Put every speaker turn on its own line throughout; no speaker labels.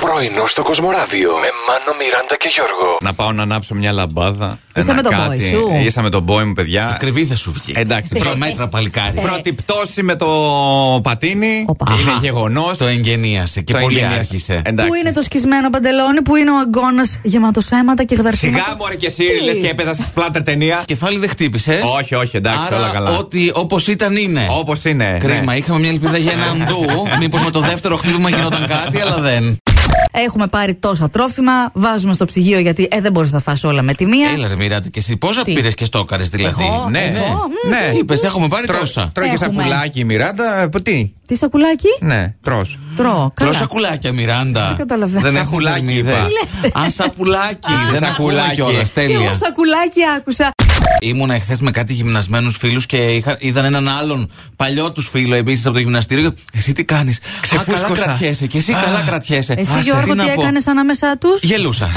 Πρωινό στο Κοσμοράδιο με Μάνο, Μιράντα και Γιώργο.
Να πάω να ανάψω μια λαμπάδα.
Είσαι
ένα
με τον
κάτι.
boy σου.
Ε, Είσαι με τον boy μου, παιδιά.
Ακριβή θα σου βγει.
Εντάξει, Ε.
Πρώτα
πρώτη-
μέτρα παλικάρι.
Πρώτη πτώση με το πατίνι.
Οπα.
Είναι
Αχα.
γεγονός.
Το εγγενίασε και πολύ
Ε,
άρχισε.
ναι.
Πού είναι το σκισμένο παντελόνι, πού είναι ο αγκώνα γεμάτο αίματα και γδαρσίματα.
Σιγά μου, ρε και εσύ, λες και έπαιζα σε σπλάτερ ταινία.
Κεφάλι δεν χτύπησες.
Όχι, όχι, εντάξει, όλα καλά.
Ό,τι όπως ήταν είναι.
Όπως είναι.
Κρίμα,
ναι.
είχαμε μια ελπίδα για έναν ντου. Μήπως με το δεύτερο χτύπημα γινόταν κάτι, αλλά δεν.
Έχουμε πάρει τόσα τρόφιμα, βάζουμε στο ψυγείο γιατί ε, δεν μπορείς να φας όλα με τη μία.
Έλα, ρε Μιράτη, και εσύ πόσα
Τι?
πήρες και στόκαρες δηλαδή.
Εγώ,
Ναι,
εγώ, μμ.
ναι.
Είπε, έχουμε πάρει τόσα.
Τρώει και
Έχουμε.
σακουλάκι η Μιράντα. ε, Τι,
Τι σακουλάκι,
ναι, τρώ.
τρώω. Καλά.
Τρώσα κουλάκια, Μιράντα.
Δεν καταλαβαίνω.
Δεν έχω
Σακουλάκι
θερμίδες.
είπα.
Α, σακουλάκι.
Α,
Δεν ακούω
σακουλάκι.
κιόλας.
Και εγώ
Τέλεια.
σακουλάκι άκουσα.
Ήμουνα εχθές με κάτι γυμνασμένους φίλους και είχα, είδαν έναν άλλον παλιό τους φίλο επίσης από το γυμναστήριο. Εσύ τι κάνεις. Ξεφούσκωσα. Καλά
Ξεφούσκωσα.
κρατιέσαι και εσύ
Α.
καλά κρατιέσαι.
Εσύ
Άσε,
Γιώργο,
να
τι
πω.
έκανες ανάμεσά τους.
Γελούσα.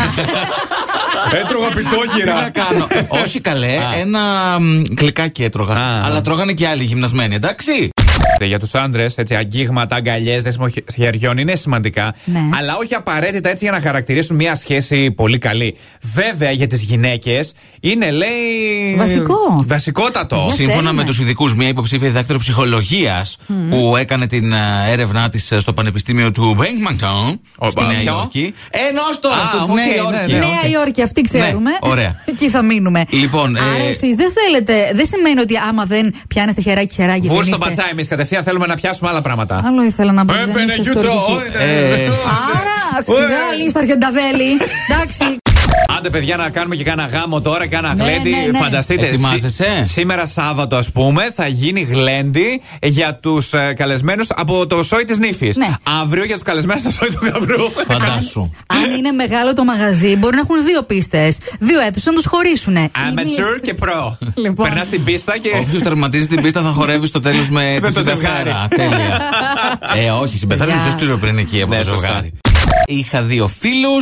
Έτρωγα
Τι να
πιτόγυρα.
κάνω. Όχι καλέ, ένα μ, γλυκάκι έτρωγα.
Α.
Αλλά τρώγανε και άλλοι γυμνασμένοι, εντάξει.
Για τους άντρες, έτσι, αγγίγματα, αγκαλιές, δέσιμο χε- χεριών είναι σημαντικά.
Ναι.
Αλλά όχι απαραίτητα έτσι για να χαρακτηρίσουν μια σχέση πολύ καλή. Βέβαια για τις γυναίκες είναι, λέει.
Βασικό.
Βασικότατο.
Για
Σύμφωνα
θέλουμε.
με τους ειδικούς, μια υποψήφια διδάκτωρο ψυχολογία που έκανε την ε, έρευνά της στο Πανεπιστήμιο του Μπέγκμαντον
Οπα.
στη Νέα
Ποιο?
Υόρκη. Ενός τώρα,
Α,
στη
οκ,
Νέα
ναι,
Υόρκη.
ναι,
Νέα
οκ.
Υόρκη, αυτή ξέρουμε.
ωραία.
Εκεί θα μείνουμε.
Λοιπόν,
Άρα
ε,
εσείς δεν θέλετε, δεν σημαίνει ότι άμα δεν πιάνεστε χεράκι χεράκι.
Βούρ
δεν
στο
είστε-
μπατσάι, εμείς κατευθείαν θέλουμε να πιάσουμε άλλα πράγματα.
Άλλο ήθελα να πω.
Ε,
δεν είστε
Πενεγιούτσο,
στοργικοί.
ε, ναι,
Ε.
ναι.
Άρα,
Ε.
ξυδάλι στο αρχενταβέλι. Εντάξει.
Άντε, παιδιά, να κάνουμε και κάνα γάμο τώρα, κάνα
Ναι,
γλέντι.
ναι, ναι.
Φανταστείτε.
Ετοιμάζεσαι?
σή- σήμερα Σάββατο, ας πούμε, θα γίνει γλέντι για τους ε, καλεσμένους από το σόι της νύφης.
Ναι.
Αύριο για τους καλεσμένους στο σόι του γαμπρού.
Φαντάσου.
Αν είναι μεγάλο το μαγαζί, μπορεί να έχουν δύο πίστες. Δύο αίθουσες να τους χωρίσουν.
Amateur και προ.
Λοιπόν.
Περνάς την πίστα και.
Όποιος τερματίζει την πίστα θα χορεύει στο τέλος με
Ε, το
τη συμπεθάρα.
ζευγάρι.
Τέλεια. Ε, όχι, η συμπεθάρα είναι
Παιδιά.
πιο σκληροπυρηνική από
Ναι,
το
σωστά.
ζευγάρι. Είχα δύο φίλους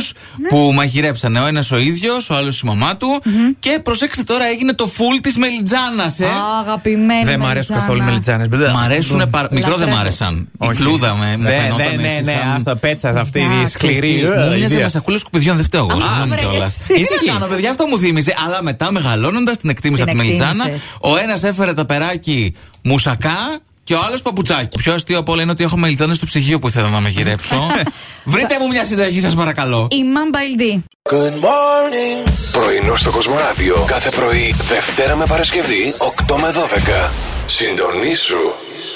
που μαγειρέψανε. Ο ένας ο ίδιος, ο άλλος η μαμά του. Και προσέξτε τώρα, έγινε το φουλ της μελιτζάνας, ε.
Αγαπημένη.
Δεν μ' αρέσουν
Μελιτζάνα.
καθόλου οι μελιτζάνες.
Μ' αρέσουν πάρα Μικρό δεν μ'
Λατρεύω.
άρεσαν. Η φλούδα με μου
Ναι, ναι,
φαινόταν
ναι,
έτσι
ναι.
σαν-
Αυτό πέτσας αυτή η
Εντάξει,
σκληρή.
Μου
ε,
μοιάζει
ιδέα.
με σακούλε σκουπιδιών, δεν φταίω εγώ. Συγγνώμη
βρε.
κιόλας.
Ισχύει.
Τι να κάνω, παιδιά, αυτό μου θύμιζε. Αλλά μετά μεγαλώνοντας την εκτίμησα
Την
τη μελιτζάνα.
εκτίμησες.
Ο ένας έφερε τα περάκι μουσακά και ο άλλος παπουτσάκι. Πιο αστείο απ' όλα είναι ότι έχω μελιτζάνε στο ψυγείο που ήθελα να μαγειρέψω. Βρείτε μου μια συνταγή, σας παρακαλώ.
Η Mamba LD.
Πρωινό στο Κοσμοράδιο κάθε πρωί, Δευτέρα με Παρασκευή, 8 με 12. Συντονίσου